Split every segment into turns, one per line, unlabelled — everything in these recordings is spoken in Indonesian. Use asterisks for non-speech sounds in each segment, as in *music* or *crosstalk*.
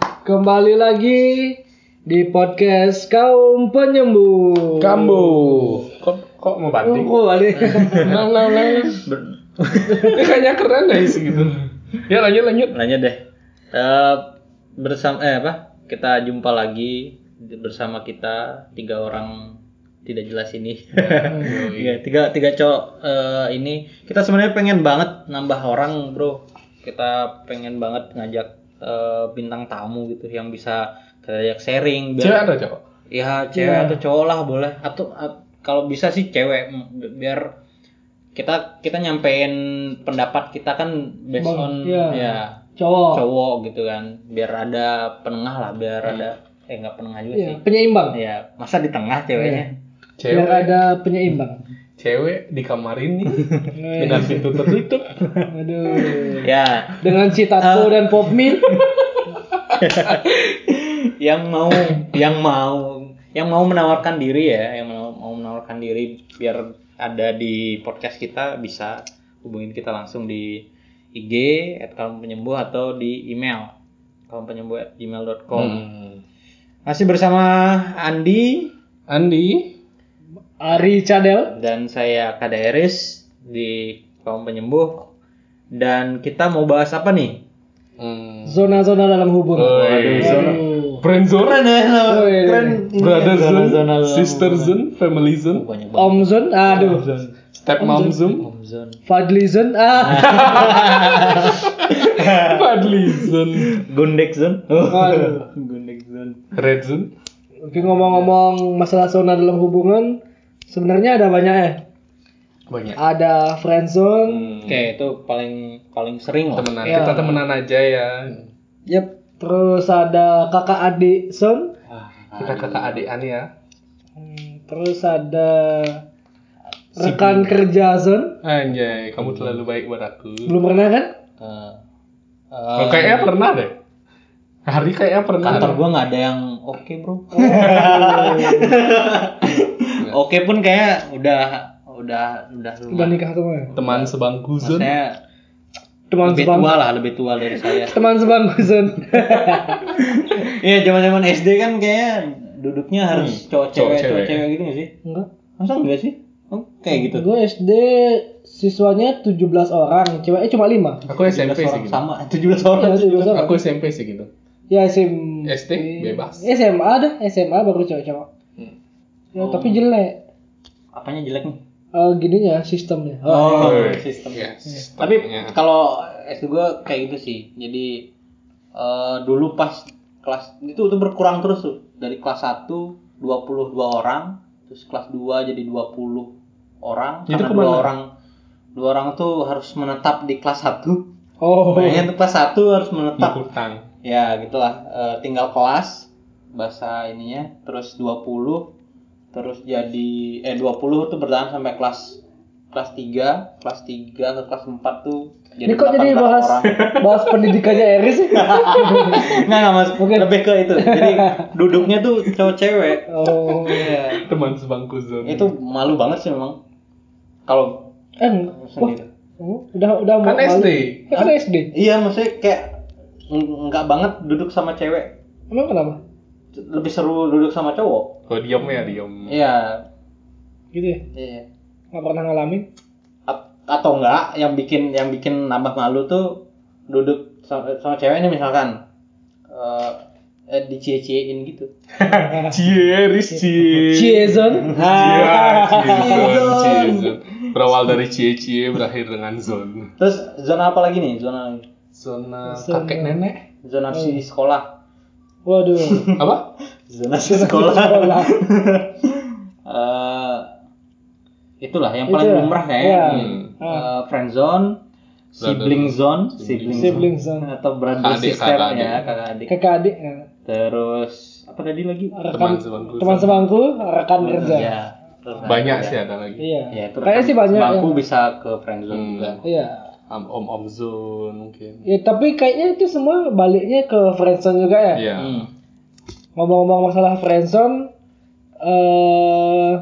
kembali lagi di podcast kaum penyembuh.
Kambu. Kok kok mau banting?
Kambu
*laughs*
kali.
Ulang, ulang, ulang.
Ber-
Kayaknya keren deh sih gitu. Ya lanjut lanjut.
lanjut deh. Eh, bersama eh apa? Kita jumpa lagi di- bersama kita tiga orang tidak jelas ini. Iya, tiga tiga cowok eh, ini kita sebenarnya pengen banget nambah orang, Bro. Kita pengen banget ngajak eh, bintang tamu gitu yang bisa kayak
Cewek
sharing biar
atau cowok?
ya cewek
Iya.
atau cowok lah boleh atau at- kalau bisa sih cewek mm, bi- biar kita kita nyampein pendapat kita kan based
Bang,
on
iya.
ya
Cowok.
cowok gitu kan biar ada penengah lah biar ada eh nggak penengah juga
Iya,
sih
penyeimbang.
ya masa di tengah ceweknya
Cewek.
Biar ada penyeimbang.
Cewek di kamar *laughs* ini dengan pintu tertutup.
Aduh.
ya
Dengan si Tato dan Popmin.
yang mau yang mau yang mau menawarkan diri ya yang mau, mau menawarkan diri biar ada di podcast kita bisa hubungin kita langsung di IG at kaum penyembuh atau di email kaum penyembuh at gmail.com
Hmm.
masih bersama Andi
Andi.
Ari Cadel.
dan saya Kada Eris di kaum penyembuh dan kita mau bahas apa nih?
Hmm.
Zona-zona dalam hubungan.
Oi, zona.
Aduh.
Friend zone,
Keren.
brother zone,
Zona-zona dalam
sister
hubungan.
zone, family zone,
Banyak banget.
Om Zon. Aduh.
step mom zone,
Om Zon.
Fadli Zon.
Nah.
Ah.
family zone,
Gundek Zon.
Aduh.
Gundek Zon.
red zone.
Oke ngomong-ngomong masalah zona dalam hubungan, sebenarnya ada banyak ya.
Banyak.
Ada friend zone,
Hmm. Oke, itu paling paling sering lah.
Temenan,
Ya.
kita temenan aja ya.
Hmm.
yep. Terus ada kakak adik zone,
Kita kakak adikan ya.
Hmm, terus ada rekan kerja zone.
Anjay, kamu terlalu baik buat aku.
Belum pernah kan?
Eh,
Oh,
eh,
kayaknya pernah deh. Hari kayaknya pernah.
kantor
deh.
gua nggak ada yang oke *laughs* bro. oke pun kayak udah udah udah
Udah
lumayan.
nikah semua.
Teman sebangku Zon.
Maksudnya
Teman
lebih
sebangku.
tua lah, lebih tua dari saya.
Teman sebangku
*laughs*
zone.
Iya, zaman-zaman SD kan kayak duduknya
Hmm,
harus cowok cewek,
cowok-cewek.
cowok cewek gitu gak sih?
Enggak.
Masa enggak sih? Oh, kayak gitu.
Gue SD siswanya 17 orang, ceweknya cuma 5.
Aku SMP
17
sih
orang
gitu.
sama, *laughs* 17 orang.
Ya, 17 orang.
Aku SMP sih gitu.
Ya SM
SD bebas.
SMA dah, SMA baru cowok-cowok.
Hmm.
Ya, tapi
Oh.
jelek.
Apanya jelek nih?
Eh gininya sistemnya.
Oh,
eh.
sistemnya.
Yes.
ya. Tapi
Iya.
kalau SD gue kayak gitu sih. Jadi eh, dulu pas kelas itu tuh berkurang terus tuh. Dari kelas 1 22 orang, terus kelas 2 jadi 20 orang
Itu
karena
kemana?
dua orang dua orang tuh harus menetap di kelas 1.
Oh.
Bayangin tuh kelas 1 harus menetap.
Ngutang.
Ya, gitulah. Eh, tinggal kelas bahasa ininya terus 20 terus jadi eh 20 tuh bertahan sampai kelas kelas 3, kelas 3 ke kelas 4 tuh
Ini kok jadi
18
bahas *laughs*
orang.
bahas pendidikannya Eris
*laughs*
sih?
Enggak, enggak, Mas.
Oke.
Lebih ke itu. Jadi duduknya tuh cowok cewek.
Oh.
Iya.
Teman sebangku Zon.
Itu malu banget sih memang. Kalau
Eh, enggak. Wah, oh,
sendiri.
udah udah
Kan
mau-
SD.
Ya, kan SD.
Iya, maksudnya kayak ng- nggak banget duduk sama cewek.
Emang kenapa?
Lebih seru duduk sama cowok.
Kok diam ya diam.
Iya.
Gitu ya.
Iya.
Enggak pernah
*laughs*
ngalamin.
A- atau enggak yang bikin yang bikin nambah malu tuh duduk sama, sama cewek ini misalkan eh eh, dicie-ciein gitu.
Cieris cie.
Ciezon.
Ya, cie Zon,
Zon.
cie Zon. Berawal dari cie cie berakhir dengan Zon.
Terus zona apa lagi nih? Zona lagi.
Zona
Zona.
kakek nenek.
Zona
Hmm.
di sekolah. *laughs*
Waduh.
Apa?
Zona di sekolah.
Sekolah.
*laughs* Eh, itulah yang paling
Itulah,
lumrah ya.
iya.
Eh, friend zone, sibling zone, sibling,
Sibling
zone,
zone.
atau brother
Adik,
sister
kakak adik.
ya, kakak adik.
Kakak adik. ya.
Terus apa tadi lagi?
Teman
Rekan
sebangku.
teman
Zon.
sebangku, rekan kerja.
Iya. Terus
Banyak
ada-
sih ada lagi.
Iya.
Ya, itu
Kayaknya sih banyak yang
Bangku bisa ke friendzone
Hmm.
juga.
Iya.
Om om Zon mungkin.
Ya, tapi kayaknya itu semua baliknya ke friendzone juga ya.
Iya.
Hmm.
Ngomong-ngomong masalah friendzone eh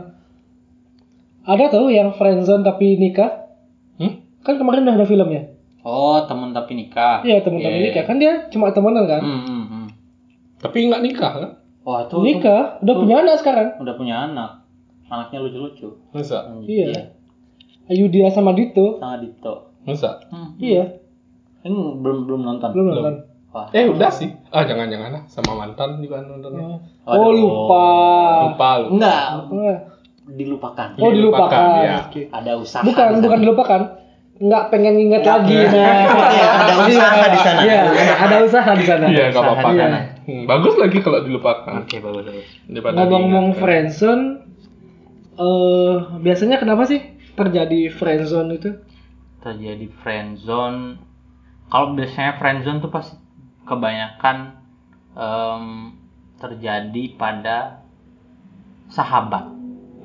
ada tuh yang friendzone tapi nikah?
Hmm?
kan kemarin udah ada filmnya
Oh, teman tapi nikah.
iya teman-teman
Iya.
nikah kan dia cuma temenan kan
Hmm, hmm, hmm.
Tapi nggak nikah kan?
Wah itu
Nikah, udah punya anak sekarang.
itu udah punya anak. Anaknya lucu-lucu.
Masa?
Iya. Ayudhya sama Dito.
Sama Dito.
Masa?
Hmm.
Iya,
Ini belum belum nonton.
belum nonton.
Wah.
Eh udah sih. Ah jangan-jangan lah sama mantan juga nontonnya.
Oh,
Aduh.
lupa.
Lupa lu.
Nah,
Enggak,
Wah.
dilupakan.
Oh, dilupakan.
Dilupakan, ya.
Oke.
Ada usaha.
Bukan,
di sana.
bukan dilupakan. Nggak pengen nginget lagi.
*laughs* Iya,
Nah.
ada usaha di sana.
Iya, ada- ada usaha di sana.
Iya nggak apa-apa
Usaha di
kan.
sana.
Hmm, bagus lagi kalau dilupakan.
Oke, Iya, bagus bagus.
Daripada
Ngomong-ngomong
diingat, kan.
friendzone, eh biasanya kenapa sih terjadi friendzone itu?
Terjadi friendzone. Kalau biasanya friendzone tuh pasti kebanyakan em, terjadi pada sahabat.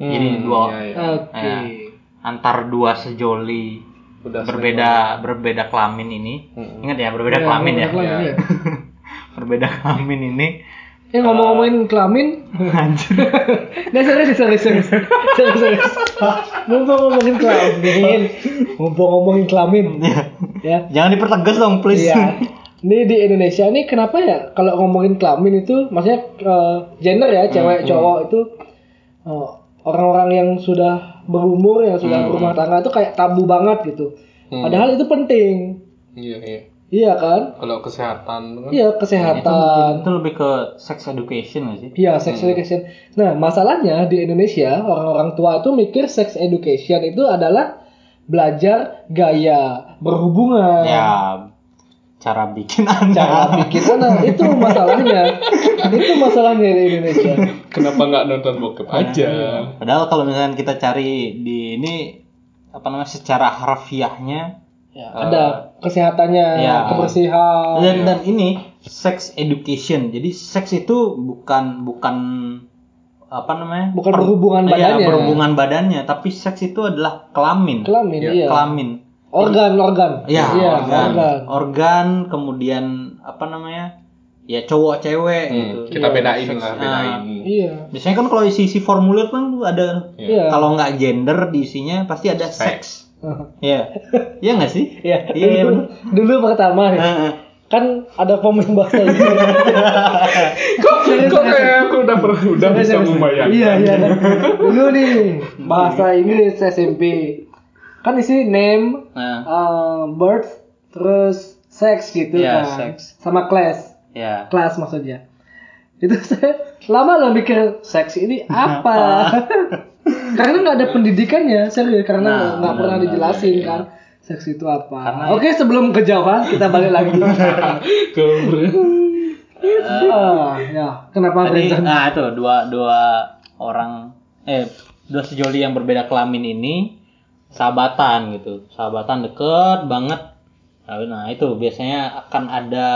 Hmm,
Jadi dua
iya, iya.
Oke. Iya,
Eh, antar dua sejoli
Udah
berbeda berbeda kelamin ini.
Mm-mm.
Ingat ya, berbeda
Ya,
kelamin ya.
kelamin,
Iya.
iya.
Berbeda kelamin *laughs* ini
Eh ngomong-ngomongin kelamin,
anjir.
*laughs* Nah, serius, serius, serius, serius,
*laughs*
serius. Mumpung ngomongin kelamin, mumpung ngomongin kelamin, ya.
Iya. Jangan dipertegas dong, please.
Iya. Ini di Indonesia nih kenapa ya kalau ngomongin kelamin itu, maksudnya eh, gender ya, cewek,
Mm-hmm.
cowok itu eh, orang-orang yang sudah berumur, yang sudah
Mm-hmm.
berumah tangga itu kayak tabu banget gitu.
Hmm.
Padahal itu penting,
Iya iya.
iya kan?
Kalau kesehatan kan.
Iya
itu,
kesehatan.
Iya, itu Mm-hmm. lebih ke sex education gak sih?
Iya, sex education. Nah, masalahnya di Indonesia orang-orang tua itu mikir sex education itu adalah belajar gaya berhubungan,
Ya, cara bikin *laughs* anak.
cara bikin anak. Itu masalahnya. itu masalahnya di Indonesia.
Kenapa nggak nonton bokep
Iya.
aja?
Padahal kalau misalnya kita cari di ini apa namanya secara harfiahnya
Ya, ada kesehatannya,
Iya.
kebersihan.
dan dan ini sex education. Jadi seks itu bukan bukan apa namanya?
Bukan berhubungan
Iya,
badannya.
berhubungan badannya, tapi seks itu adalah kelamin.
Kelamin,
Iya,
iya.
Kelamin.
Organ, organ.
Ya,
Iya,
organ.
organ.
Organ, kemudian apa namanya? Ya cowok cewek
Hmm,
gitu.
Kita bedain lah,
Ah.
bedain.
Iya.
Biasanya kan kalau isi-isi formulir kan tuh ada
Iya.
kalau nggak gender di isinya pasti ada seks. Iya. Iya nggak sih?
*laughs* Iya.
Iya, iya
dulu,
bener. Eh.
dulu pertama nih,
Heeh.
kan ada pemain
*laughs*
bahasa Inggris.
Kok kok kayak aku udah pernah udah bisa membayangkan.
Iya
*laughs*
iya. Dulu nih bahasa Inggris SMP kan isi name,
Nah,
uh, birth, terus sex gitu
Iya,
kan,
sex.
sama class,
ya.
class maksudnya. Itu *laughs* saya lama loh mikir seks ini
*laughs*
apa? karena nggak ada pendidikannya serius
Nah,
karena nggak
benar,
pernah
benar,
dijelasin
iya.
kan seks itu apa.
Karena- ya.
Oke sebelum ke Jawa kita balik
*laughs*
lagi. Ah, ya kenapa
Tadi
Vincent?
nah itu dua dua orang eh dua sejoli yang berbeda kelamin ini sahabatan gitu. Sahabatan deket banget. Nah, itu biasanya akan ada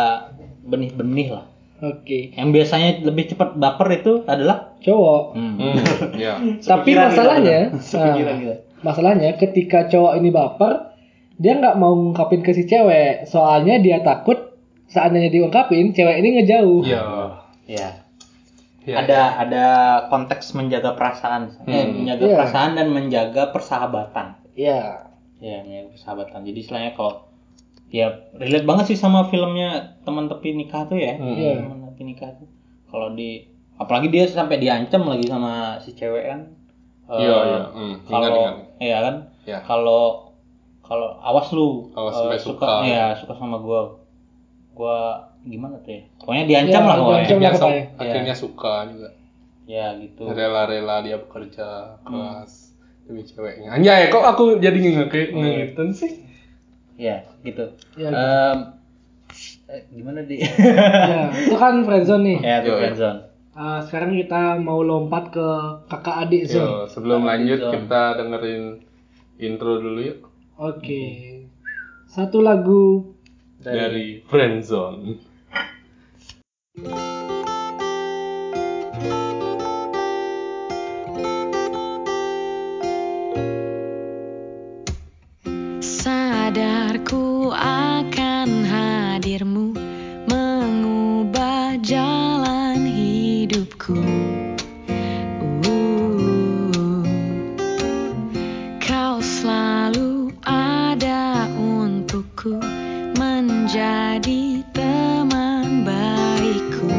benih-benih lah.
Oke
Yang biasanya lebih cepat baper itu adalah
cowok.
Hmm, iya.
Tapi
Sepikiran
masalahnya,
kita. Sepikiran gitu.
nah,
kita.
masalahnya ketika cowok ini baper, dia nggak mau ngungkapin ke si cewek, soalnya dia takut seandainya diungkapin, cewek ini ngejauh.
Iya.
ya
Iya,
ada ada konteks menjaga perasaan eh,
Hmm.
menjaga
Iya.
perasaan dan menjaga persahabatan
Iya.
ya menjaga persahabatan jadi istilahnya kalau ya relate banget sih sama filmnya teman tepi nikah tuh ya
Hmm.
Iya.
teman tepi nikah tuh kalau di apalagi dia sampai diancam lagi sama si cewek kan Eh,
Iya, iya. Hmm, ingat,
kalau
ingat.
iya kan
Iya.
kalau kalau awas lu
Awas
eh,
sampai
suka,
suka.
ya suka sama gua gua gimana tuh ya pokoknya diancam
Iya,
lah pokoknya
diancam.
Akhirnya,
Coba
sam-
katanya.
akhirnya suka juga.
ya gitu
Rela-rela dia bekerja keras demi ceweknya. Anjay, kok aku jadi ngeke- ngingetin sih?
ya gitu
Iya,
Em,
gitu.
eh, gimana di *laughs*
Iya, itu kan friendzone nih.
ya tuh
Yoi.
friendzone
Ah, sekarang kita mau lompat ke kakak adik zone.
Yo, sebelum lanjut
Zone.
kita dengerin intro dulu yuk
Oke. Satu lagu.
dari Friendzone.
Sadarku akan hadirmu Mengubah jalan hidupku Uh, Kau selalu ada untukku Menjadi teman baikku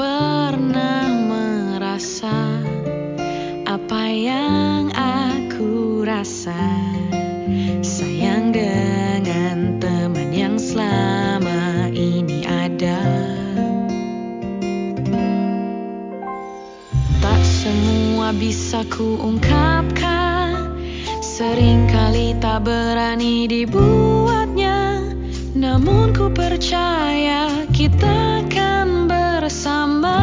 Uh, bisa ku ungkapkan Seringkali tak berani dibuatnya Namun ku percaya kita akan bersama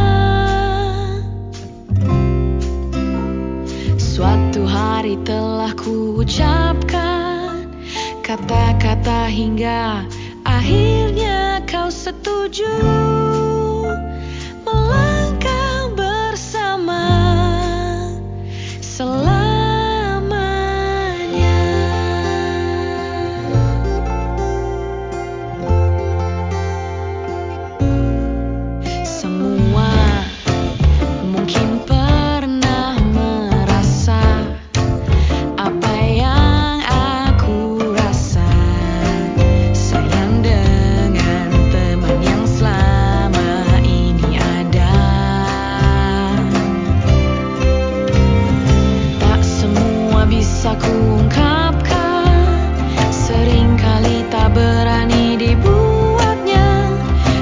Suatu hari telah ku ucapkan Kata-kata hingga akhirnya kau setuju Melangkah bersama selamanya Semua mungkin pernah merasa Apa yang aku rasa Sayang dengan teman yang selama ini ada Tak semua bisa kuungkapkan Seringkali tak berani dibuatnya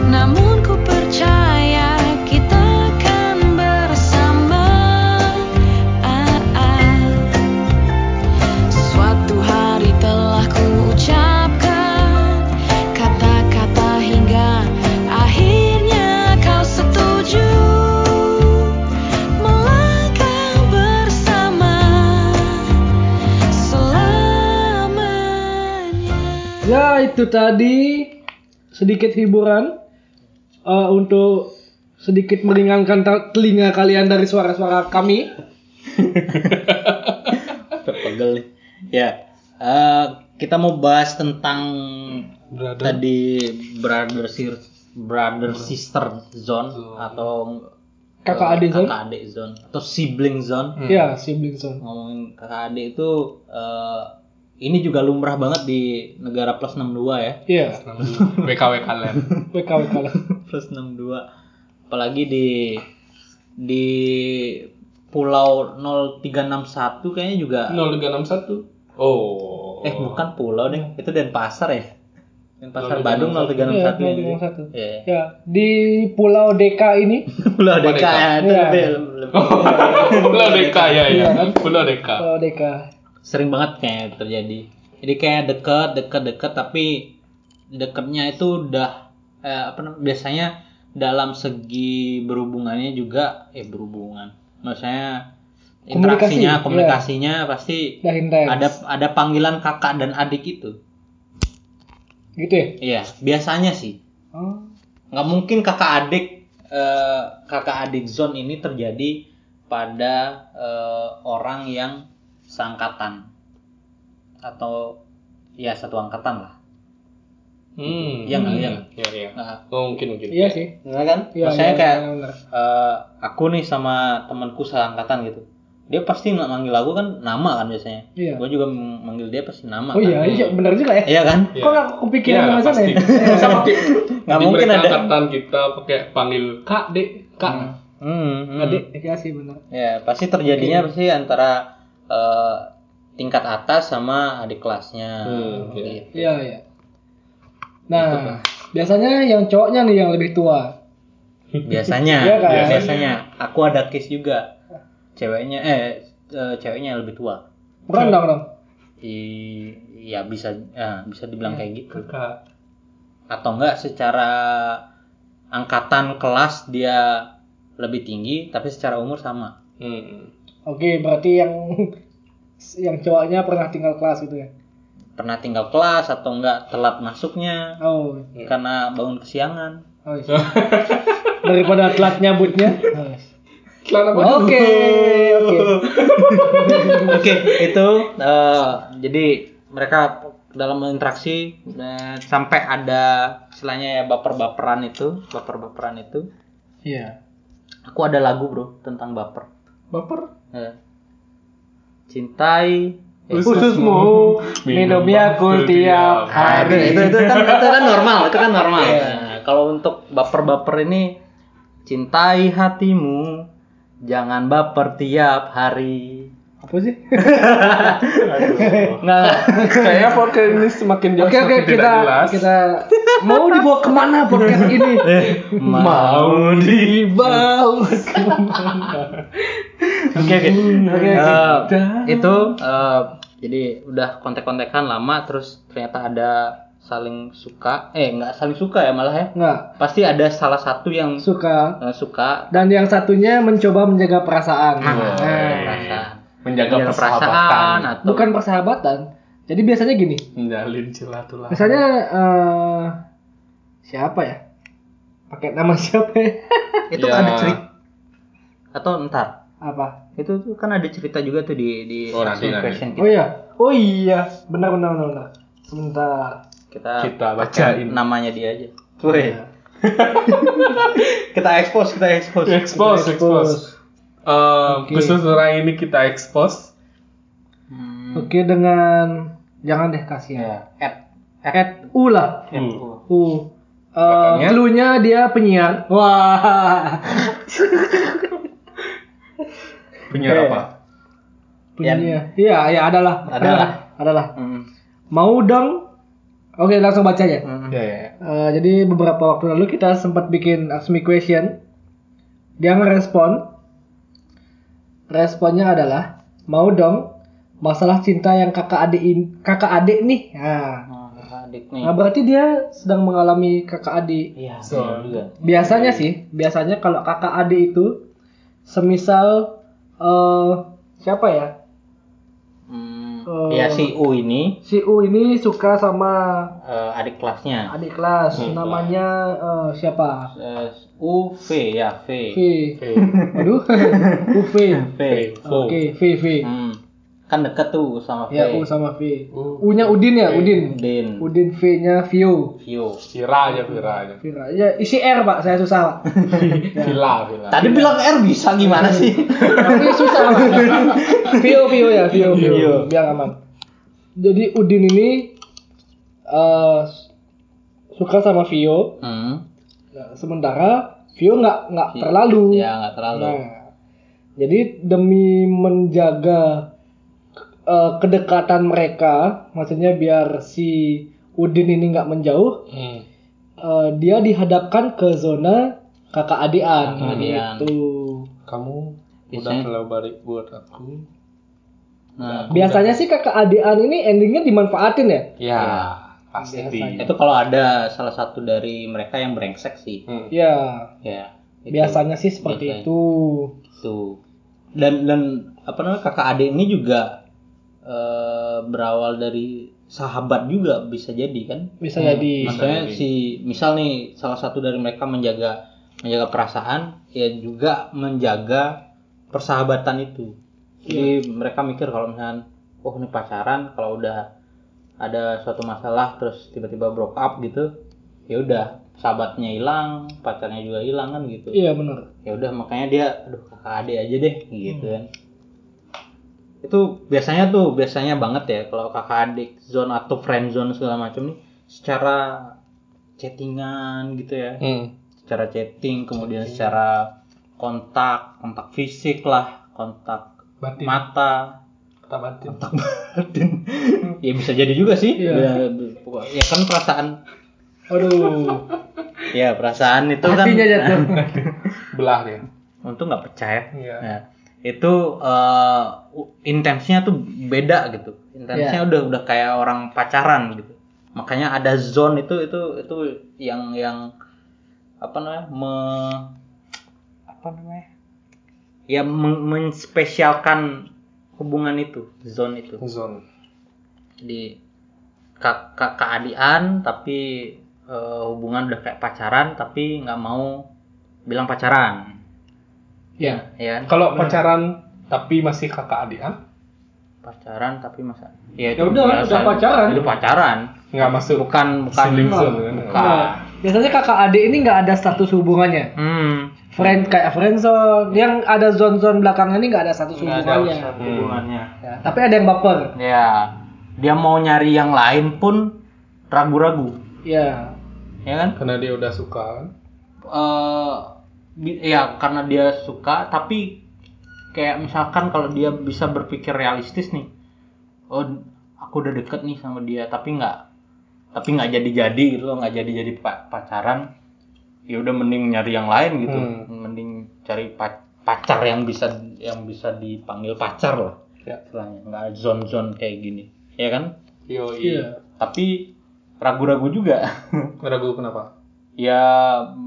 Namun ku percaya kita akan bersama Ah, ah. Suatu hari telah kuucapkan kata-kata hingga akhirnya kau setuju melangkah bersama selamanya.
Ya itu tadi sedikit hiburan eh, untuk sedikit meringankan ta- telinga kalian dari suara-suara kami.
Pegel nih. Ya. eh, kita mau bahas tentang
Brother.
tadi brother sir brother sister zone atau
Kakak adik zone.
kakak adik zone atau sibling zone.
Ya sibling zone.
Ngomongin kakak adik itu eh, ini juga lumrah banget di negara plus 62 ya. *laughs*
Iya.
WKW kalian.
WKW kalian.
plus 62 apalagi di di pulau 0361 kayaknya juga
0361. Oh.
eh bukan pulau deh itu Denpasar ya Denpasar
0361.
Badung 0361 ya,
Iya, 0361.
Iya, *laughs* iya.
Ya di Pulau DK ini.
pulau
Pulau
Deka
Deka.
ya, itu
Iya.
lebih- lebih-
Pulau Deka ya ya. Pulau Deka.
Pulau DK.
sering banget kayak terjadi jadi kayak deket deket deket tapi deketnya itu udah eh, apa namanya biasanya dalam segi berhubungannya juga eh berhubungan maksudnya
Komunikasi,
interaksinya
iya.
komunikasinya pasti
Dah intens.
ada ada panggilan kakak dan adik itu
gitu ya.
iya biasanya sih
Oh.
nggak mungkin kakak adik eh, kakak adik zone ini terjadi pada eh, orang yang seangkatan atau ya satu angkatan lah
Hmm.
Iya nggak, iya
Iya iya.
Nah,
Oh, mungkin mungkin.
Iya sih.
enggak kan
Iya,
maksudnya
iya,
kayak
iya, benar.
eh, aku nih sama temanku seangkatan gitu dia pasti nggak manggil aku kan nama kan biasanya
Iya.
gue juga manggil dia pasti nama
Oh
kan.
iya, iya benar juga ya.
iya kan
Kok nggak kepikiran
Iya,
sama sana
*laughs* pasti.
ya?
Masa pakai
Nggak
di
mungkin
mereka
ada.
angkatan kita pakai panggil Kak, Dek, Kak.
Hmm, hmm.
Adik, iya sih benar.
Ya, pasti terjadinya pasti antara eh, tingkat atas sama adik kelasnya.
Hmm, iya.
gitu.
Iya, iya. Nah, biasanya yang cowoknya nih yang lebih tua.
Biasanya,
Iya kan?
biasanya. Aku ada case juga. Ceweknya eh eh, ceweknya yang lebih tua.
Bukan dong, dong.
I, ya bisa ya, bisa dibilang kayak gitu.
Kak.
Atau enggak secara angkatan kelas dia lebih tinggi tapi secara umur sama.
Hmm.
Oke, berarti yang *laughs* yang cowoknya pernah tinggal kelas gitu ya.
Pernah tinggal kelas atau enggak telat masuknya
Oh,
karena bangun kesiangan.
oh iya. Daripada telat nyambutnya.
Celana
Oke, oke.
Oke, itu eh, jadi mereka dalam interaksi eh, sampai ada istilahnya ya baper-baperan itu, baper-baperan itu.
Iya.
Aku ada lagu, Bro, tentang baper.
Baper.
Eh, Cintai eh,
Khususmu minumnya aku tiap
hari.
hari.
Itu, itu kan itu kan normal, itu kan normal. Nah, kalau untuk baper-baper ini cintai hatimu, jangan baper tiap hari.
Apa sih?
Nggak, nggak.
Kayaknya podcast ini semakin jauh
Oke, oke,
semakin
kita
tidak jelas.
kita mau dibawa kemana podcast
*laughs*
ini?
mau
Mau dibawa.
Bau.
Oke oke.
oke.
Eh, itu eh, jadi udah kontek-kontekan lama terus ternyata ada saling suka eh nggak saling suka ya malah ya
Nggak
pasti ada salah satu
Nah,
yang
suka
eh, suka
dan yang satunya mencoba menjaga perasaan.
Nah.
Nah,
perasaan.
menjaga
Menjaga
persahabatan,
atau
bukan persahabatan. Jadi biasanya gini,
menjalin silaturahmi.
biasanya eh, siapa ya? Pakai nama *laughs* siapa? ya?
itu
Ya.
kan ada cerita atau entar
Apa?
itu tuh kan ada cerita juga tuh di di
Oh, nanti,
action
nanti.
question
Oh
kita,
iya. Oh iya, benar benar benar benar. Sebentar.
kita,
Kita
pakai
bacain.
namanya dia aja Woi,
Iya.
kita expose kita expose
Expose,
Kita
expose. Eh,
Oke.
Khusus orang ini kita expose.
Hmm,
Oke dengan jangan deh kasihan.
Iya. at
At U lah.
Hmm.
U. Eh,
Belakangnya?
cluenya dia penyiar. Wah.
Penyiar apa?
Penyiar. Iya, iya adalah.
Adalah.
Adalah.
Hmm.
Mm-hmm. Mau dong. Oke, langsung baca aja.
Hmm.
Ya, ya, ya.
Eh, jadi beberapa waktu lalu kita sempat bikin ask me question. Dia ngerespon. Responnya adalah mau dong masalah cinta yang kakak adik in- kakak adik nih. Nah,
Nah, adik nih
nah berarti dia sedang mengalami kakak adik.
iya
So,
bener juga
Biasanya sih, biasanya kalau kakak adik itu semisal eh siapa ya?
Hmm,
Eh,
ya si U ini
Si U ini suka sama
eh, adik kelasnya
adik kelas
Hmm.
namanya eh, siapa?
Eh, U V ya
V.
V
Aduh. U V.
V
Oke, V V.
Hmm. kan deket tuh sama V
Ya U sama V.
U.
U-nya Udin ya, Udin.
Udin
Udin V-nya Vio.
Vio
Vira aja, Vira aja.
Vira. Ya, isi R, Pak. Saya susah, Pak.
Vila, Vila.
tadi bilang R bisa gimana *laughs* sih
Tapi *laughs* susah, Pak. Vio, Vio ya, Vio, Vio. Biar aman. Jadi Udin ini eh, suka sama Vio.
Hmm.
Nah, sementara Vio nggak nggak terlalu.
Ya nggak terlalu.
Nah, jadi demi menjaga eh, kedekatan mereka, maksudnya biar si Udin ini nggak menjauh,
Hmm.
eh, dia dihadapkan ke zona kakak adean
Kakak-adean.
gitu.
Kamu udah
Biasanya-
terlalu baik buat aku.
Nah,
Biasanya sih kakak adean ini endingnya dimanfaatin ya.
Ya,
Ya.
pasti.
Biasanya.
itu kalau ada salah satu dari mereka yang brengsek sih.
Hmm.
Ya,
Ya. itu.
biasanya sih seperti
Biasanya.
itu.
Tuh. Dan dan apa namanya kakak adik ini juga eh, berawal dari sahabat juga bisa jadi kan.
Bisa
Hmm.
jadi.
Maksudnya
jadi.
si misal nih salah satu dari mereka menjaga menjaga perasaan ya juga menjaga persahabatan itu. Jadi mereka mikir kalau misalnya oh ini pacaran kalau udah ada suatu masalah terus tiba-tiba broke up gitu ya udah sahabatnya hilang pacarnya juga hilang kan gitu
Iya benar.
ya udah makanya dia aduh kakak adik aja deh gitu
Hmm.
kan itu biasanya tuh biasanya banget ya kalau kakak adik zone atau friend zone segala macam nih secara chattingan gitu ya
Hmm.
secara chatting kemudian secara kontak kontak fisik lah kontak
Batin.
mata
Kata batin.
kontak batin ya bisa jadi juga sih
Iya.
ya, ya kan perasaan
Aduh,
ya perasaan itu kan
hatinya
*laughs*
jatuh.
Belah dia.
untung nggak pecah ya.
Iya.
Nah, itu eh, u- intensnya tuh beda gitu. Intensnya udah udah kayak orang pacaran gitu. Makanya ada zone itu itu itu yang yang apa namanya? me- apa namanya? Ya men- menspesialkan hubungan itu, zone itu.
Zone.
Di kak keadian tapi eh, hubungan udah kayak pacaran tapi nggak mau bilang pacaran.
Ya.
Ya. kan?
Kalau pacaran tapi masih kakak adik, ah?
pacaran tapi masa ya
Ya udah,
biasa.
udah pacaran.
itu pacaran
nggak masuk
bukan bukan
Sibling zone, kan?
bukan
Nah, biasanya kakak adik ini nggak ada status hubungannya.
hmm
friend kayak friendzone yang ada zone-zone belakangnya ini nggak ada satu
nggak ada
hubungannya
urusan
Hmm.
hubungannya
Ya, tapi ada yang baper
ya dia mau nyari yang lain pun ragu-ragu
ya
ya kan
karena dia udah suka kan?
Eh, bi- ya karena dia suka tapi kayak misalkan kalau dia bisa berpikir realistis nih oh aku udah deket nih sama dia tapi nggak tapi nggak jadi jadi gitu loh nggak jadi jadi pacaran ya udah mending nyari yang lain gitu
Hmm.
mending cari pa- pacar yang bisa yang bisa dipanggil pacar lah
Ya.
istilahnya nggak zone-zone kayak gini ya kan
Yo,
Iya.
iya.
tapi ragu-ragu juga *laughs*
Ragu kenapa?
ya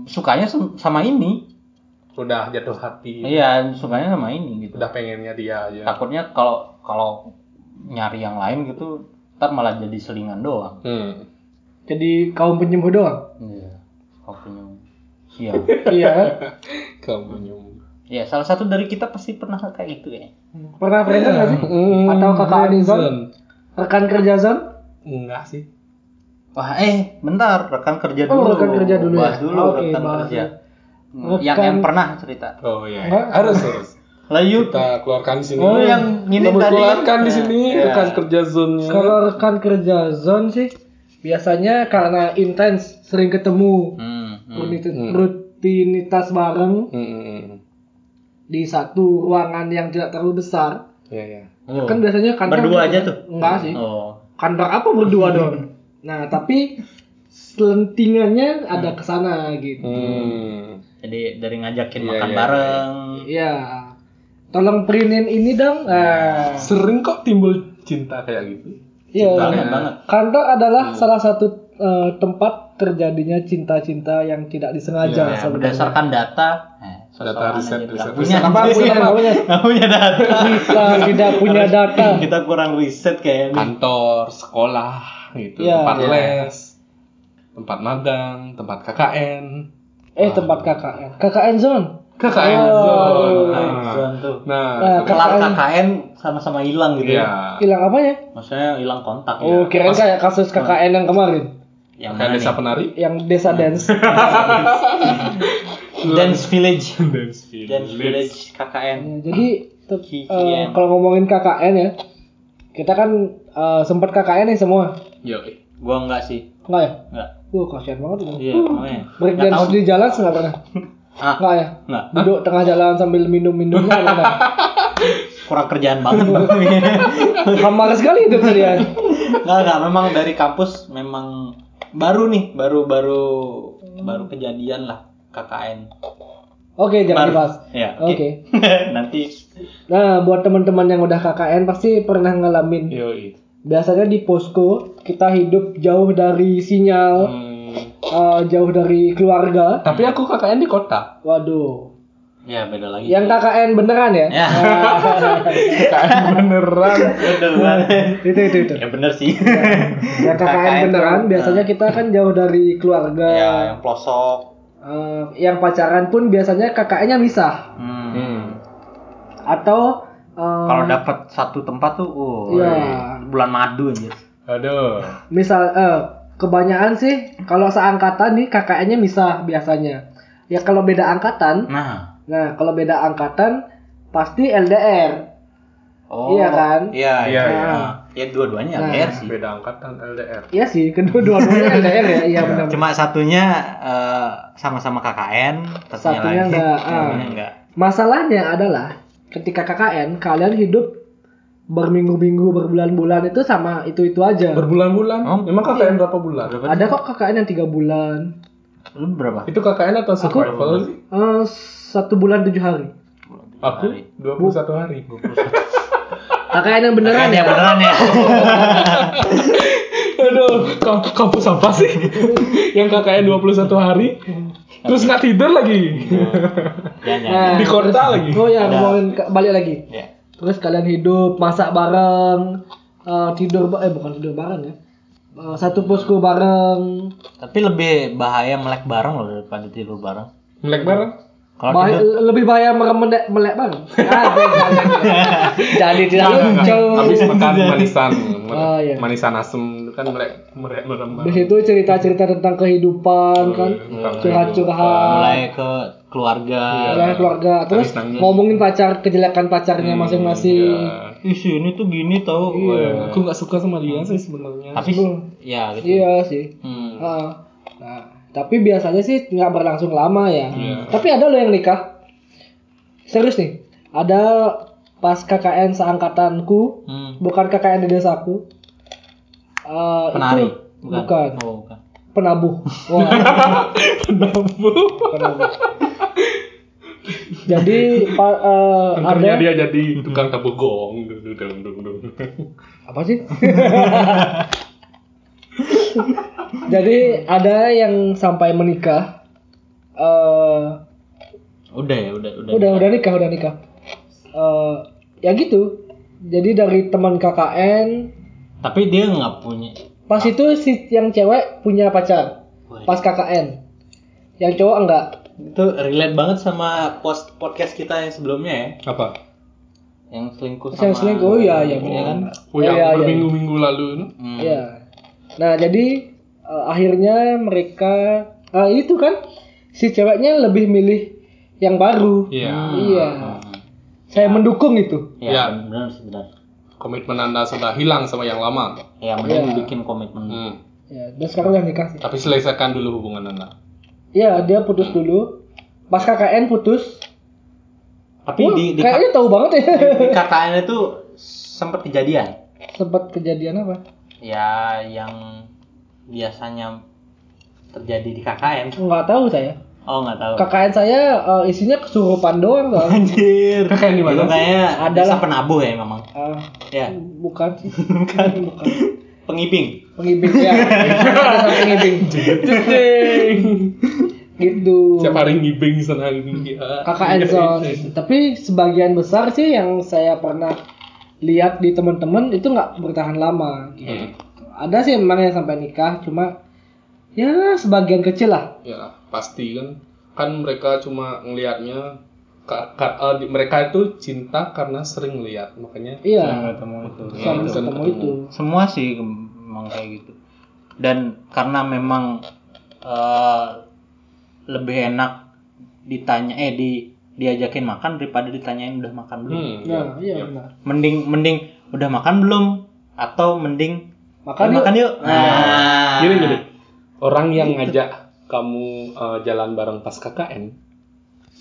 sukanya sem- sama ini
Udah jatuh hati.
iya sukanya sama ini gitu
Udah pengennya dia aja.
takutnya kalau kalau nyari yang lain gitu ntar malah jadi selingan doang
Hmm.
Jadi kaum penyembuh
*laughs*
doang.
iya waktunya *laughs* iya
iya kan?
Kamu nyum.
ya salah satu dari kita pasti pernah kayak gitu ya
Pernah friendzone nggak sih?
Hmm.
Atau kakak Anizon? Rekan kerja Zon?
Enggak sih.
Wah, eh, bentar, rekan kerja
Oh,
dulu.
rekan kerja dulu ya?
Bahas dulu
Oke,
rekan
bahas
kerja.
dulu.
Hmm, Yang
Rekan-
yang pernah cerita.
Oh iya.
Enggak.
Harus harus.
Layu.
Kita keluarkan di sini.
Oh, yang ini
Kita
tadi.
keluarkan di
Ya.
sini
Ya.
rekan kerja zonnya.
Kalau rekan kerja Zon sih biasanya karena intens sering ketemu
Hmm, hmm.
rutinitas-
Hmm.
rutinitas bareng
Hmm, hmm, hmm.
di satu ruangan yang tidak terlalu besar.
Iya, iya.
Oh.
Kan biasanya kantor
berdua aja tuh.
Enggak sih.
Oh.
Kantor apa berdua dong? Nah, tapi selentingannya ada kesana gitu.
Hmm.
Jadi dari ngajakin
Iya,
makan
iya,
bareng.
Iya. Tolong printin ini dong. Nah,
Sering kok timbul cinta kayak gitu.
iya.
Banget banget.
Kantor adalah salah satu eh, tempat terjadinya cinta-cinta yang tidak disengaja.
Ya,
sebenarnya.
berdasarkan data. Eh,
Data
sosokan
riset,
aja bilang,
riset,
Punya,
riset.
Apa
*laughs*
punya, apa punya?
Nggak punya data.
Kita tidak punya
*laughs*
data.
Kita kurang riset
Kan.
kayaknya.
Kantor, sekolah, gitu.
Iya.
Tempat
Iya.
les, tempat magang, tempat KKN.
Eh tempat KKN. KKN zone.
KKN
Oh,
zone.
zone tuh.
Nah,
Nah,
itu
Kelar
KKN.
KKN sama-sama hilang gitu
Iya.
ya.
Hilang apa ya?
Maksudnya hilang kontak ya.
Oh, kirain kayak kasus KKN yang kemarin
Yang
Kayak
mana
desa
nih?
penari.
yang desa dance.
Dance Village.
*laughs* Dance Village.
Dance Village KKN.
Ya, jadi te-
Kikian.
eh, kalau ngomongin KKN ya, kita kan eh, sempat KKN nih semua.
Yo.
Gua enggak sih.
Enggak ya?
Enggak.
Wah, kasihan banget ini.
Oh.
Iya, makanya.
Break
Enggak
dance
tahu.
di jalan nggak pernah.
Ah,
Enggak ya?
enggak.
Duduk tengah jalan sambil minum-minum nggak pernah.
Kurang kerjaan
*laughs*
banget.
Hambar sekali hidup kalian.
Enggak, enggak. Memang dari kampus memang baru nih, baru-baru baru kejadian lah KKN.
Oke, jangan
Baru.
dibahas.
Ya,
Oke.
*laughs* Nanti
Nah, buat teman-teman yang udah KKN pasti pernah ngalamin
Yo.
biasanya di posko kita hidup jauh dari sinyal,
Hmm.
eh, jauh dari keluarga.
Tapi aku KKN di kota.
Waduh,
ya beda lagi.
yang KKN beneran ya?
Ya.
KKN beneran.
*laughs* beneran.
*laughs* itu itu itu.
ya bener sih.
Yang Ya, KKN,
KKN
beneran
tuh,
biasanya
nah.
kita kan jauh dari keluarga.
ya, yang pelosok.
Eh, yang pacaran pun biasanya KKN-nya misah
Hmm.
Hmm.
atau eh,
Kalau dapat satu tempat tuh, uh,
Iya.
bulan madu aja.
Aduh.
misal eh, kebanyakan sih kalau seangkatan nih KKN-nya misah biasanya. Ya kalau beda angkatan,
Nah,
nah kalau beda angkatan pasti LDR.
Oh,
Iya kan?
Iya,
Iya,
iya.
iya.
Ya dua-duanya
Nah.
LDR sih.
Beda angkatan LDR.
Iya sih, kedua dua-duanya
*laughs*
LDR ya, iya benar.
Cuma satunya eh, sama-sama KKN, satunya,
Satunya
lagi
enggak, ah.
satunya enggak.
Masalahnya adalah ketika KKN kalian hidup berminggu-minggu, berbulan-bulan itu sama itu-itu aja.
Berbulan-bulan.
Oh.
Memang KKN berapa bulan?
Ada kok KKN yang tiga bulan,
Lu berapa?
Itu KKN atau survival sih?
Eh, satu bulan tujuh hari.
Aku 21 hari.
KKN yang beneran
Beneran
ya?
ya, beneran
*laughs*
ya.
Aduh, kam- kampus apa sih?
*laughs*
Yang KKN 21 hari, terus nggak tidur lagi.
ya, ya.
Nah,
Di kota
terus-
lagi.
Oh ya, ngomongin ke- balik lagi.
Ya.
Terus kalian hidup, masak bareng, eh, tidur ba- eh bukan tidur bareng ya. Eh, satu posko bareng.
Tapi lebih bahaya melek bareng loh daripada tidur bareng.
Melek bareng.
Kalau
Bahaya-
tidur
lebih bahaya merem melek melek bareng. Ah, Aduh, jangan. iya. Jadi tidak lucu.
Habis
*laughs*
makan manisan,
Oh, iya.
manisan asem itu kan melek merek merem.
Di situ cerita-cerita tentang kehidupan kan,
tentang
curhat-curhat,
mulai ke keluarga.
mulai keluarga, terus
Nangis-nangis.
ngomongin pacar kejelekan pacarnya
Hmm,
masing-masing. Nah,
Ya.
Ih, si ini tuh gini tau.
Iya.
Iya. Wah.
Aku nggak suka sama dia sih sebenarnya.
Tapi
Aduh.
ya gitu.
Iya sih.
Hmm.
Heeh. Nah, tapi biasanya sih nggak berlangsung lama ya.
Iya.
Tapi ada loh yang nikah. Serius nih, ada pas KKN seangkatanku,
Hmm.
bukan KKN di desaku. Eh, itu-
Penari.
bukan.
Oh, bukan.
penabuh. Wah.
Kenapa?
penabuh. Jadi pa- eh,
Akhirnya
ada
dia jadi tukang tabuh gong. Dung, dung, dung, dung, dung.
apa sih? *laughs* Jadi ada yang sampai menikah. eh
Udah ya, udah, udah.
udah udah nikah udah nikah. Eh ya gitu. Jadi dari teman KKN
Tapi dia nggak punya.
pas itu si yang cewek punya pacar
Wah,
pas KKN. Yang cowok enggak.
Itu relate banget sama post podcast kita yang sebelumnya ya.
Apa?
Yang selingkuh sama.
Yang selingkuh oh iya iya
Iya
benar
kan?
Iya,
Oh
iya,
ya,
iya.
berminggu-minggu lalu. itu.
Hmm.
Iya. Nah, jadi eh, akhirnya mereka eh, itu kan si ceweknya lebih milih yang baru.
Iya.
Iya. Saya mendukung itu.
Ya,
Iya.
benar sih benar.
Komitmen Anda sudah hilang sama yang lama.
Ya,
Iya.
mending bikin komitmen.
Hmm.
Ya, dan sekarang udah nikah sih.
Tapi selesaikan dulu hubungan Anda.
Iya, dia putus dulu. Pas KKN putus.
Tapi
Wah,
di di,
kayaknya tahu banget ya. *laughs*
di KKN itu sempat kejadian.
Sempat kejadian apa?
Ya, yang biasanya terjadi di KKN.
Nggak tahu saya.
Oh, nggak tahu.
KKN saya eh, isinya kesurupan doang
*laughs*
soalnya.
Anjir.
KKN di mana
Itu
sih?
kayaknya
Ada
desa
lah.
penabuh ya memang.
Ah,
Ya, kan.
bukan *laughs* sih.
*laughs* bukan
Bukan.
pengibing.
Pengibing
*laughs*
ya. Ada satu pengibing. gitu.
Siapa hari Ah. ngibing sana ngibing.
Hmm.
Iya,
KKN Zone. Tapi sebagian besar sih yang saya pernah lihat di teman-teman itu nggak bertahan lama.
*laughs*
gitu.
Hmm.
Ada sih memang yang sampai nikah, cuma ya sebagian kecil lah.
ya pasti kan kan mereka cuma ngelihatnya ka- ka- eh, di- mereka itu cinta karena sering lihat makanya
Iya,
ketemu itu.
selalu
itu.
ketemu itu.
Semua sih memang kayak gitu. Dan karena memang eh, lebih enak ditanya eh di diajakin makan daripada ditanyain udah makan belum.
hmm,
Nah,
ya.
iya benar.
Mending mending udah makan belum atau mending
Makan
"Eh,
yuk.
makan yuk. Nah.
Ya. gini gini orang yang ngajak kamu eh, jalan bareng pas KKN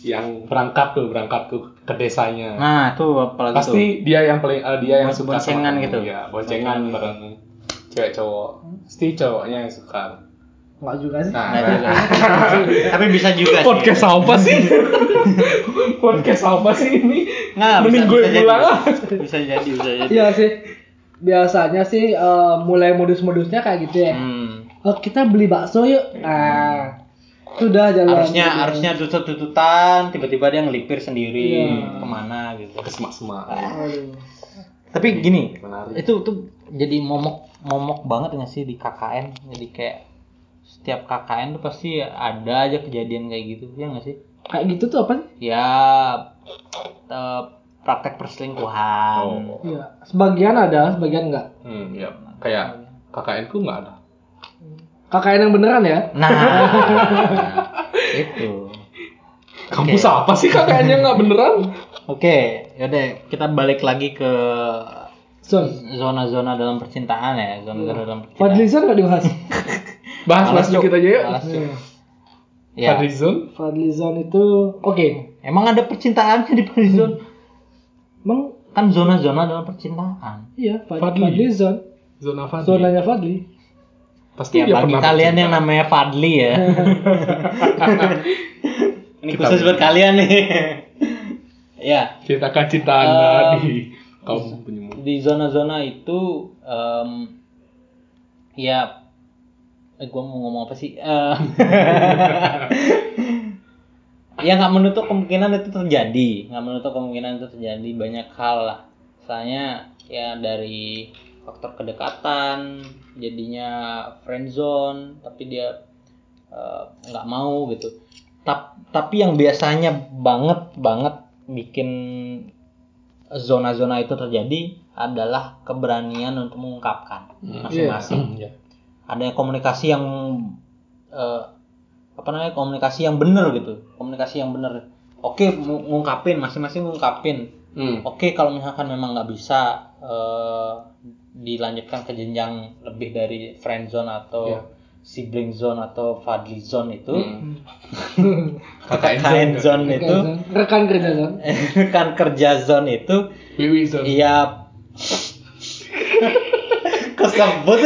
yang berangkat tuh berangkat ke, ke desanya
Nah, tuh apalagi tuh.
pasti dia yang paling eh, dia yang
Bo-
suka sama
boncengan
kamu.
gitu.
ya boncengan bareng cewek cowok pasti cowoknya yang suka
Nggak juga sih.
nah,
Nggak juga. iya. Tapi bisa juga sih.
podcast apa sih podcast apa sih ini
Nggak,
Mending gue
Nah, jadi.
pulang ah.
Bisa jadi, bisa jadi.
Iya sih. Biasanya sih eh, mulai modus-modusnya kayak gitu ya.
Hmm.
Oh, kita beli bakso yuk. Nah, sudah jalan.
harusnya
gitu.
harusnya tutut-tututan tiba-tiba dia ngelipir sendiri
Iya.
kemana gitu
ke semak-semak
Aduh.
tapi gini
menarik
itu tuh jadi momok momok banget nggak sih di KKN jadi kayak setiap KKN tuh pasti ada aja kejadian kayak gitu ya nggak sih
Kayak gitu tuh apa sih?
ya eh, praktek perselingkuhan
Oh.
Iya, sebagian ada, sebagian enggak.
Hmm, ya. Kayak KKN ku nggak ada.
KKN yang beneran ya?
nah itu
Kamu siapa sih KKN-nya nggak beneran?
oke yaudah kita balik lagi ke
Son.
zona-zona dalam percintaan ya zona-zona dalam percintaan
Fadlizon nggak dibahas.
Bahas
Malas,
Iya. bahas dikit
Cuk.
aja yuk.
Malas, Cuk.
Iya.
Ya.
Fadlizon.
Fadlizon itu oke.
Emang ada percintaannya di Fadlizon?
Emang
Kan zona-zona dalam percintaan.
iya Fad
Fadli.
Fadlizon.
Zona Fadli.
Zonanya Fadli.
Pasti
Ya,
dia
bagi
Iya, pernah
kalian
bercinta.
yang
*laughs*
namanya Fadli ya. Ini
Kita
khusus buat kalian nih. *laughs* ya,
ceritakan cinta Anda
Um,
di kaum penyemut.
di zona-zona itu em, ya eh, gua mau ngomong apa sih? Eh, *laughs* ya nggak menutup kemungkinan itu terjadi, nggak menutup kemungkinan itu terjadi banyak hal lah. Misalnya ya dari faktor kedekatan jadinya friendzone tapi dia eh, nggak mau gitu. Ta- tapi yang biasanya banget banget bikin zona-zona itu terjadi adalah keberanian untuk mengungkapkan
Hmm.
masing-masing.
Iya.
Ada komunikasi yang eh, apa namanya komunikasi yang benar gitu, komunikasi yang benar. Oke, mu- ngungkapin masing-masing ngungkapin.
Hmm.
Oke, kalau misalkan memang nggak bisa eh, dilanjutkan ke jenjang lebih dari friend zone atau
Iya.
sibling zone atau fadli zone itu, *laughs*
Hmm. *laughs*
kakak
KKN
zone, zone
Rekan
itu,
Zon. rekan kerja Zon.
*laughs* rekan kerja zone itu
Wiwi Zon.
Iya. *laughs* Kesebut *laughs*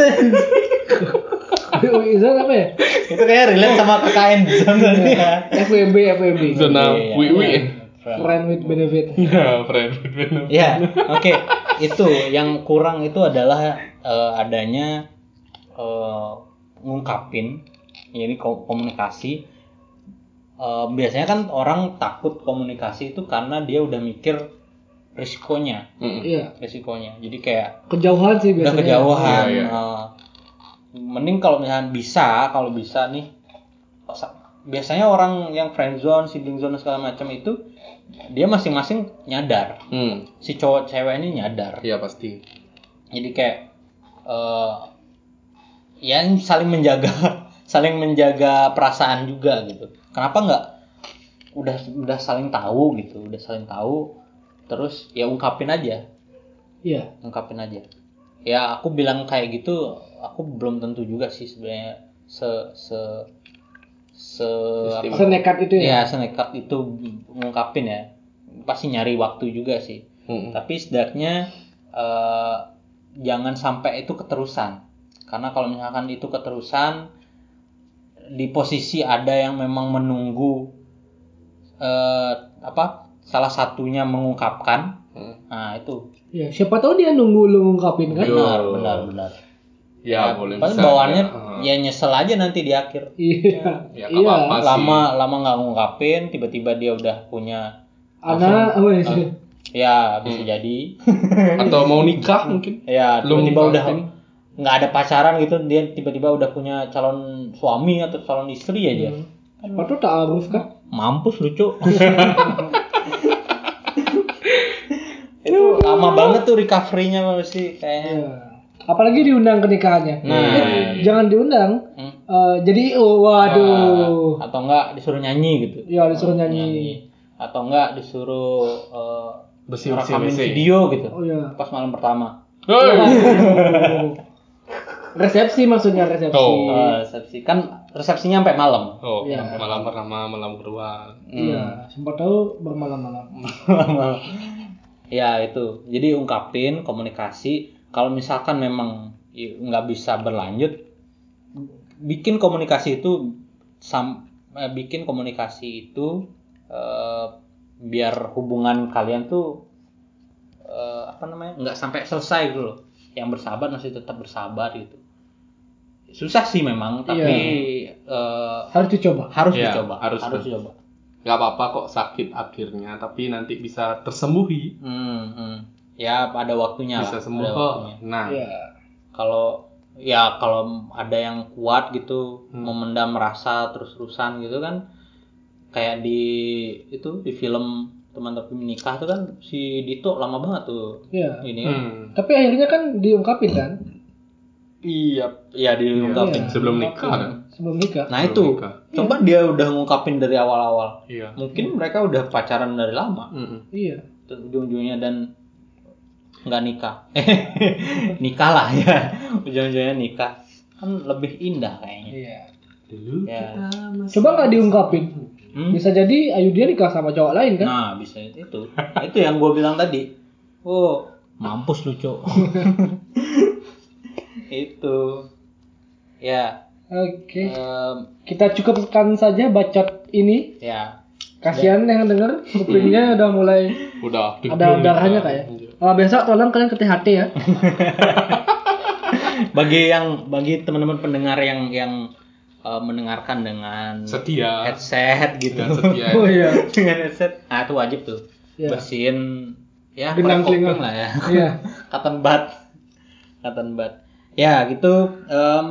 UI Zon apa ya?
Iya.
itu kayak relate sama KKN Zon tadi ya.
FWB FWB.
Zona
Iya, iya.
Wiwi.
Friend with benefit.
Iya, Friend with benefit.
Ya, oke. Itu yang kurang itu adalah eh, adanya eh, ngungkapin, jadi ko- komunikasi. Eh, biasanya kan orang takut komunikasi itu karena dia udah mikir risikonya,
Mm-mm.
Iya.
risikonya. Jadi kayak
Kejauhan sih
udah
biasanya.
Iya,
kejauhan.
iya.
eh, mending kalau misalnya bisa, kalau bisa nih, sa- biasanya orang yang friend zone, sibling zone segala macam itu dia masing-masing nyadar
Hmm.
si cowok cewek ini nyadar
Iya pasti.
jadi kayak eh ya saling menjaga *laughs* saling menjaga perasaan juga gitu kenapa nggak udah udah saling tahu gitu udah saling tahu terus ya ungkapin aja
Iya.
ungkapin aja ya aku bilang kayak gitu aku belum tentu juga sih sebenarnya se se se apa-
Senekat itu ya.
ya senekat itu ngungkapin ya pasti nyari waktu juga sih
Mm-mm.
tapi setidaknya eh, jangan sampai itu keterusan karena kalau misalkan itu keterusan di posisi ada yang memang menunggu eh, apa salah satunya mengungkapkan
Mm.
nah itu
Iya. Siapa tahu dia nunggu lu ngungkapin kan?
Yo.
benar benar benar
Ya, boleh
Tapi
bisa.
Iya, bawaannya
ya.
ya nyesel aja nanti di akhir
Iya.
Ya, nggak
Iya.
apa-apa. Pasti.
lama lama nggak ngungkapin tiba-tiba dia udah punya
Anak, weh.
ya bisa jadi *laughs*
Heeh. Atau mau nikah mungkin.
ya
Hmm. Lu
tiba-tiba udah
ngungkapin.
nggak ada pacaran gitu dia tiba-tiba udah punya calon suami atau calon istri aja
Hmm. Siapa tahu tak harus kan?
mampus
*laughs*
lucu itu lama banget tuh recovery-nya masih kayaknya
Iya. Apalagi diundang ke nikahannya.
Nah.
Eh, jangan diundang.
Hmm. Eh,
eh, jadi oh, waduh.
atau enggak disuruh nyanyi gitu
Iya, disuruh nyanyi.
atau enggak disuruh eh,
Besi besi
rekamin
besi.
video gitu
Oh iya.
pas malam pertama
Hei.
Resepsi maksudnya resepsi.
Oh.
Eh, resepsi kan resepsinya sampai malam
Oh,
Iya.
malam pertama, malam kedua.
Iya, siapa tahu bermalam-malam.
ya itu jadi ungkapin komunikasi kalau misalkan memang i- nggak bisa berlanjut bikin komunikasi itu sam- eh, bikin komunikasi itu eh, biar hubungan kalian tuh eh, apa namanya nggak sampai selesai gitu loh yang bersahabat masih tetap bersahabat gitu susah sih memang tapi eh,
Harus dicoba.
harus
Iya,
dicoba
harus-
dicoba
Gak apa-apa kok sakit akhirnya, tapi nanti bisa tersembuhi,
Hmm, hmm. ya pada waktunya
bisa
lah,
sembuh
ada
kok.
waktunya.
Nah,
Iya.
kalau ya kalau ada yang kuat gitu
Hmm.
memendam rasa terus-terusan gitu kan kayak di itu di film teman-teman menikah tuh kan si Dito lama banget tuh
Iya.
ini kan.
Hmm.
Tapi akhirnya kan diungkapin kan
iya iya diungkapin
Iya.
sebelum nikah kan?
sebelum nikah.
nah
Sebelum
itu
nikah.
coba dia udah ngungkapin dari awal-awal
Iya.
mungkin mereka udah pacaran dari lama
Mm-mm.
Iya.
Terus ujung-ujungnya dan nggak nikah *laughs* nikah lah ya ujung-ujungnya nikah kan lebih indah kayaknya
Iya.
Dulu
Ya.
kita masih-
Coba nggak diungkapin?
Hmm?
Bisa jadi Ayu dia nikah sama cowok lain kan?
Nah, bisa itu. Nah, itu yang gue bilang tadi. Oh, mampus lucu. *laughs* itu. Ya,
Oke.
em,
Kita cukupkan saja bacot ini.
ya.
Kasihan yang denger kupingnya udah mulai
Udah.
ada darahnya kayak. Ah, besok tolong kalian ke THT *laughs* ya.
Bagi yang bagi teman-teman pendengar yang yang eh, mendengarkan dengan
Setia.
headset gitu.
Dengan setia.
Oh iya.
dengan headset. Ah, itu wajib tuh.
Iya.
Bersihin ya
Genang
pakai
telinga.
koping lah ya. *laughs*
Iya.
Cotton bud. Cotton bud. Ya, gitu. Em,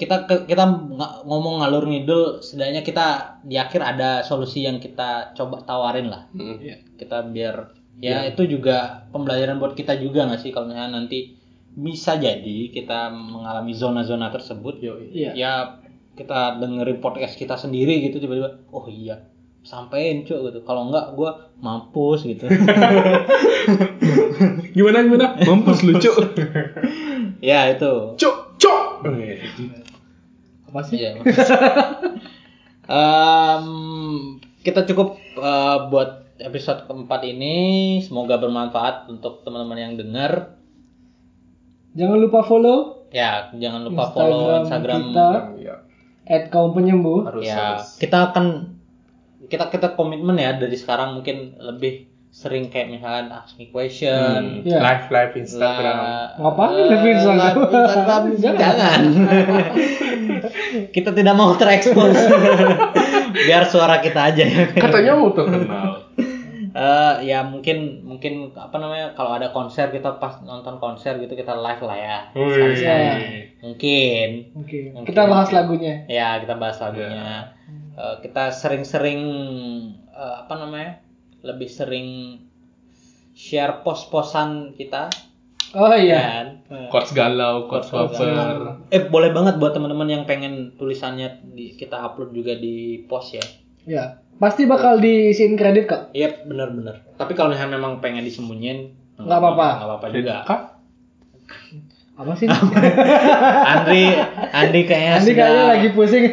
kita ke- kita ng- ngomong ngalur ngidul setidaknya kita di akhir ada solusi yang kita coba tawarin lah.
Mm-mm.
Kita biar ya
Iya.
itu juga pembelajaran buat kita juga nggak sih kalau misalnya nanti bisa jadi kita mengalami zona-zona tersebut
Yoi.
Iya.
ya kita dengerin podcast kita sendiri gitu tiba-tiba oh iya sampein cuy gitu kalau enggak gua mampus gitu
Gimana gimana? Mampus lucu.
ya itu
Cuk, cuk.
Apa sih?
Iya. Em, kita cukup eh, buat episode keempat ini semoga bermanfaat untuk teman-teman yang dengar
Jangan lupa follow
ya jangan lupa follow
Instagram
Instagram
kita.
Ya,
at kaum penyembuh.
harus
ya
harus.
kita akan kita kita komitmen ya dari sekarang mungkin lebih sering kayak misalnya ask me
Hmm.
question.
Iya.
Live live Instagram.
lah-
Ngapain
eh,
live Instagram?
live
*laughs*
Instagram,
Jangan.
jangan. kita tidak mau
*laughs*
terekspos. Biar suara kita aja ya.
Kan-
Katanya mau terkenal.
Eh, ya mungkin mungkin apa namanya kalau ada konser kita pas nonton konser gitu kita live lah ya.
Wih.
Iya.
Mungkin
Oke.
Mungkin.
Kita bahas lagunya.
ya kita bahas lagunya
Iya.
Eh, kita sering-sering eh, apa namanya lebih sering share pos-posan kita
Oh iya.
kan Eh,
Quotes galau, quotes
Quotes
Ya,
baper.
eh boleh banget buat teman-teman yang pengen tulisannya di, kita upload juga di post ya
Iya. Pasti bakal diisiin kredit kok.
iya bener-bener tapi kalau misalnya memang pengen disembunyiin
Nggak apa-apa.
nggak apa-apa Kan juga
Apa sih? *laughs*
Andri Andri kayaknya
Andi kayaknya
sedang
lagi *laughs* pusing.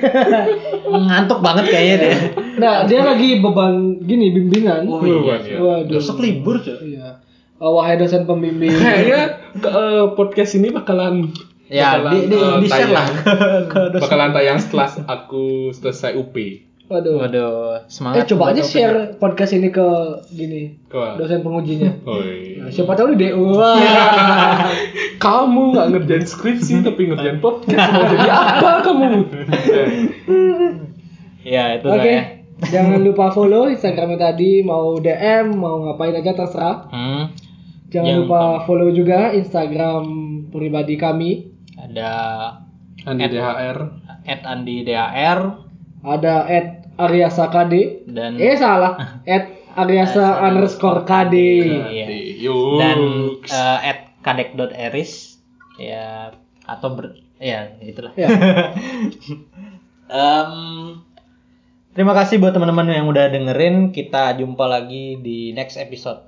ngantuk banget kayaknya dia
nah, dia lagi beban gini bimbingan.
Oh,
iya.
Waduh.
besok libur cuy
Iya. Oh, wahai dosen pembimbing. *laughs*
Kayaknya eh, podcast ini bakalan
ya
bakalan,
di, di,
eh,
di share
tayang.
lah ke, ke dosen.
*laughs* bakalan tayang setelah aku selesai UP.
Waduh. Eh,
Waduh, semangat.
coba
buat
aja
open. ya.
share podcast ini ke gini
Wah.
dosen pengujinya.
Oi.
Nah, siapa tahu di DO. Wah.
Kamu nggak ngerjain skripsi tapi ngerjain podcast mau jadi apa kamu? Eh,
Ya, itu
*laughs* Oke.
lah ya.
*laughs* Jangan lupa follow Instagramnya tadi mau DM mau ngapain aja terserah.
Hmm,
Jangan
Jangan
lupa follow juga Instagram pribadi kami.
ada
Andi DHR.
at Andi DAR
Ada at Ariasa KD.
dan
Eh *laughs* salah. At Ariasa underscore KD.
Iya.
Yuk.
dan eh, at kadek.eris ya atau ber, ya itulah.
*laughs* Ya.
Em, terima kasih buat teman-teman yang udah dengerin. Kita jumpa lagi di next episode.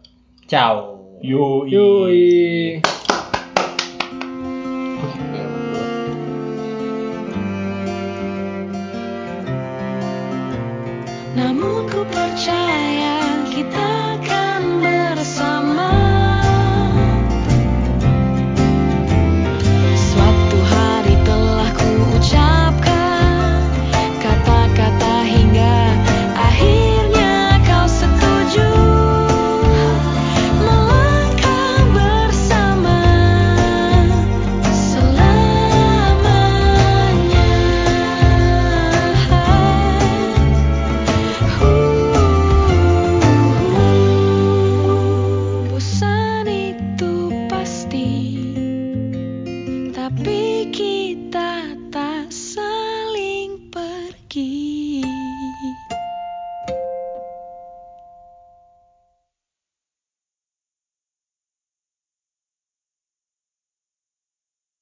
Ciao.
Yo.
Yoi.
Namun ku percaya